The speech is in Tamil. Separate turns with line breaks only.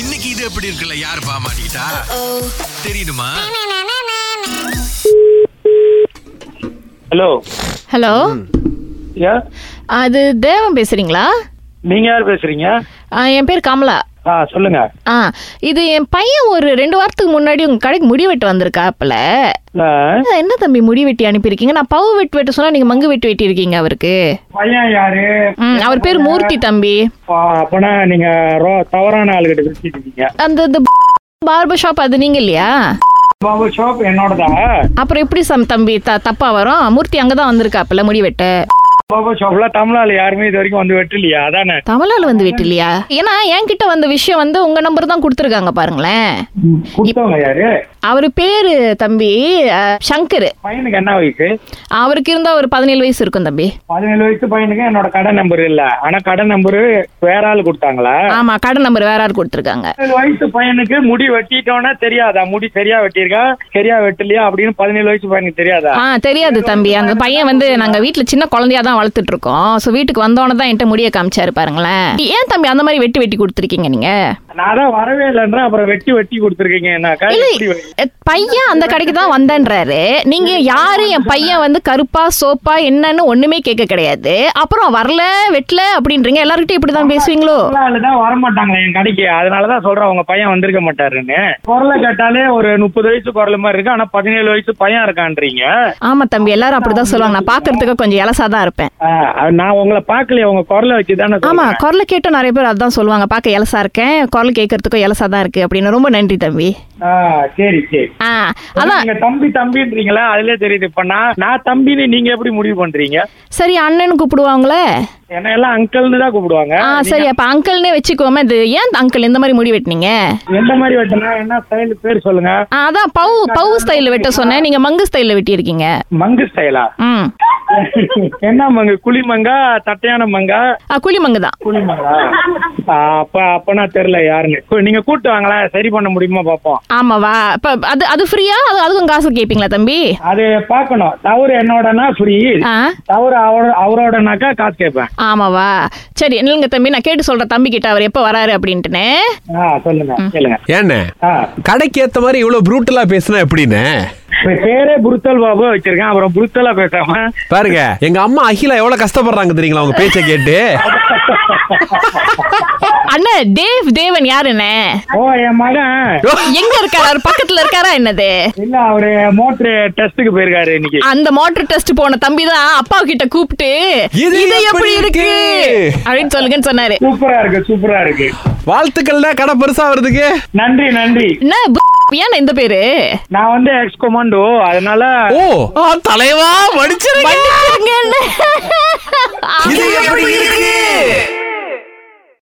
இன்னைக்கு இது எப்படி இருக்குல்ல யார் பாமாட்டா தெரியுமா
ஹலோ
ஹலோ
யா
அது தேவன் பேசுறீங்களா
நீங்க யார் பேசுறீங்க
ஆ, என் பேர் கமலா
ஆ சொல்லுங்க
ஆ இது என் பையன் ஒரு ரெண்டு வாரத்துக்கு முன்னாடி உங்க கடைக்கு முடி வெட்ட வந்திருக்காப்புல
ஆ,
அது என்ன தம்பி முடி வெட்டி அனுப்பியிருக்கீங்க நான் பவு வெட்டு வெட்ட சொன்னா நீங்க மங்கு வெட்டி வெட்டியிருக்கீங்க அவருக்கு
பையன் யாரு
ம் அவர் பேர் மூர்த்தி தம்பி
ஆ, அப்பனா நீங்க ரோ தவறான ஆளுகிட்ட பேசிட்டு இருக்கீங்க
அந்த இந்த பார்பர் ஷாப் அது நீங்க இல்லையா
பாபு ஷாப் என்னோடதா
அப்புறம் எப்படி சம் தம்பி த தப்பா வரும் மூர்த்தி அங்கதான் வந்திருக்காப்புல முடி வெட்ட
பாபு ஷாப்ல தமிழாள் யாருமே இது வரைக்கும் வந்து வெட்டலையா அதானே
தமிழால வந்து வெட்டிலையா ஏன்னா என்கிட்ட வந்த விஷயம் வந்து உங்க நம்பர் தான் கொடுத்துருக்காங்க பாருங்களேன்
கொடுத்தவங்க யாரு
அவர் பேரு தம்பி அ, சங்கர்
பையனுக்கு என்ன வயசு
அவருக்கு இருந்தா ஒரு பதினேழு வயசு இருக்கும் தம்பி
பதினேழு வயசு பையனுக்கு என்னோட கடை நம்பர் இல்ல ஆனா கடை நம்பர் வேற ஆள் கொடுத்தாங்களா
ஆமா கடை நம்பர் வேற யார் கொடுத்துருக்காங்க
பதினேழு வயசு பையனுக்கு முடி வெட்டிட்டோன்னா தெரியாதா முடி சரியா வெட்டியிருக்கா சரியா வெட்டலையா அப்படின்னு பதினேழு வயசு பையனுக்கு தெரியாதா
ஆ தெரியாது தம்பி அந்த பையன் வந்து நாங்க வீட்ல சின்ன குழந்தையா தான் வளர்த்துட்டு இருக்கோம் ஸோ வீட்டுக்கு வந்தோடனே தான் என்கிட்ட முடிய காமிச்சாரு பாருங்களேன் ஏன் தம்பி அந்த மாதிரி வெட்டி வெட்டி கொடுத்துருக்கீங்க நீங்க
நான் தான் வரவே இல்லைன்றேன் அப்புறம் வெட்டி வெட்டி கொடுத்துருக்கீங்க என்னக்கா எப்படி வெ-
எ, பையன் அந்த கடைக்கு தான் வந்தேன்றாரு நீங்க யாரு என் பையன் வந்து கருப்பா சோப்பா என்னன்னு ஒண்ணுமே கேட்க கிடையாது அப்புறம் வரல வெட்டல அப்படின்றீங்க எல்லாருக்கிட்டையும் இப்படி தான் பேசுவீங்களோ
தான் வர மாட்டாங்க என் கடைக்கு அதனாலதான் சொல்றேன் உங்க பையன் வந்திருக்க மாட்டாருன்னு குரலை கேட்டாலே ஒரு முப்பது வயசு குரல் மாதிரி இருக்கு ஆனா பதினேழு வயசு பையன் இருக்கான்றீங்க
ஆமா தம்பி எல்லாரும் அப்படிதான் சொல்லுவாங்க நான் பாக்குறதுக்கு கொஞ்சம் இலசா தான் இருப்பேன்
ஆ, அது நான் உங்களை பார்க்கலையே உங்க குரலை வச்சு தானே
ஆமா குரலை கேட்டும் நிறைய பேர் அதான் சொல்லுவாங்க பார்க்க இலசா இருக்கேன் குரல் கேட்கறதுக்கும் இலசா தான் இருக்கு அப்படின்னு ரொம்ப நன்றி தம்பி
சரி சரி
ஆ அதான்
நீங்க தம்பி தம்பின்றீங்களா அதுல தெரியுது இப்ப நான் நான் தம்பின்னு நீங்க எப்படி முடிவு பண்றீங்க
சரி அண்ணன் கூப்பிடுவாங்களே
என்ன எல்லாம் அங்கிள்னு தான் கூப்பிடுவாங்க
ஆ சரி அப்ப அங்கிள்னே வச்சுக்கோமே இது ஏன் அங்கிள் இந்த மாதிரி முடி வெட்டினீங்க
எந்த மாதிரி வெட்டினா என்ன ஸ்டைல் பேர் சொல்லுங்க
ஆ, அதான் பவு பவு ஸ்டைல வெட்ட சொன்னேன் நீங்க மங்கு ஸ்டைல வெட்டியிருக்கீங்க
மங்கு ஸ்டைலா
ம்
என்ன மங்கு குழி மங்கா தட்டையான மங்கா
ஆ குழி மங்கு தான்
குழி மங்கா ஆ, அப்ப அப்பனா தெரியல யாருன்னு கு- நீங்க கூப்பிட்டு வாங்களா சரி பண்ண முடியுமா பாப்போம்
ஆமாவா இப்ப அது அது ஃப்ரீயா அது அதுக்கும் காசு கேட்பீங்களா தம்பி
அது பார்க்கணும் தவறு என்னோடனா ஃப்ரீ
ஆ
தவறு அவர அவரோடனாக்கா காசு கேட்பேன்
ஆமாவா சரி இல்லைங்க தம்பி நான் கேட்டு சொல்றேன் தம்பி கிட்ட அவர் எப்போ வராரு அப்படின்ட்டுன்னு
ஆ சொல்லுங்க கேளுங்க
ஏண்ணே
ஆ
கடைக்கு ஏத்த மாதிரி இவ்வளவு ப்ரூட்டலா பேசுனா எப்படின்னு
இப்ப பேரே புருத்தல் பாபு வச்சிருக்கேன் அப்புறம் புருத்தலா பேசாம
பாருங்க எங்க அம்மா அகிலா எவ்வளவு கஷ்டப்படுறாங்க தெரியுங்களா உங்க பேச்சை கேட்டு
அண்ணா தேவ் தேவன் யாருண்ணே
ஓ என் மகன்
எங்க இருக்காரு அவர் பக்கத்துல இருக்காரா என்னது
இல்ல அவரு மோட்டர் டெஸ்ட்டுக்கு போயிருக்காரு இன்னைக்கு
அந்த மோட்டர் டெஸ்ட் போன தம்பி தான் அப்பா கிட்ட கூப்பிட்டு
இது
இது
எப்படி
எப்படி இருக்கு
இருக்கு?"
அப்படின்னு சொல்லுங்கன்னு சொன்னாரு
சூப்பரா இருக்கு சூப்பரா இருக்கு
வாழ்த்துக்கள்னா கடை பெருசா வருதுக்கு
நன்றி நன்றி
என்ன பு- ஏன் இந்த பேரு
நான் வந்து எக்ஸ் கொமாண்டோ அதனால
ஓ ஆ, தலைவா மடிச்சிருங்க
மன்னிச்சிருங்க என்ன.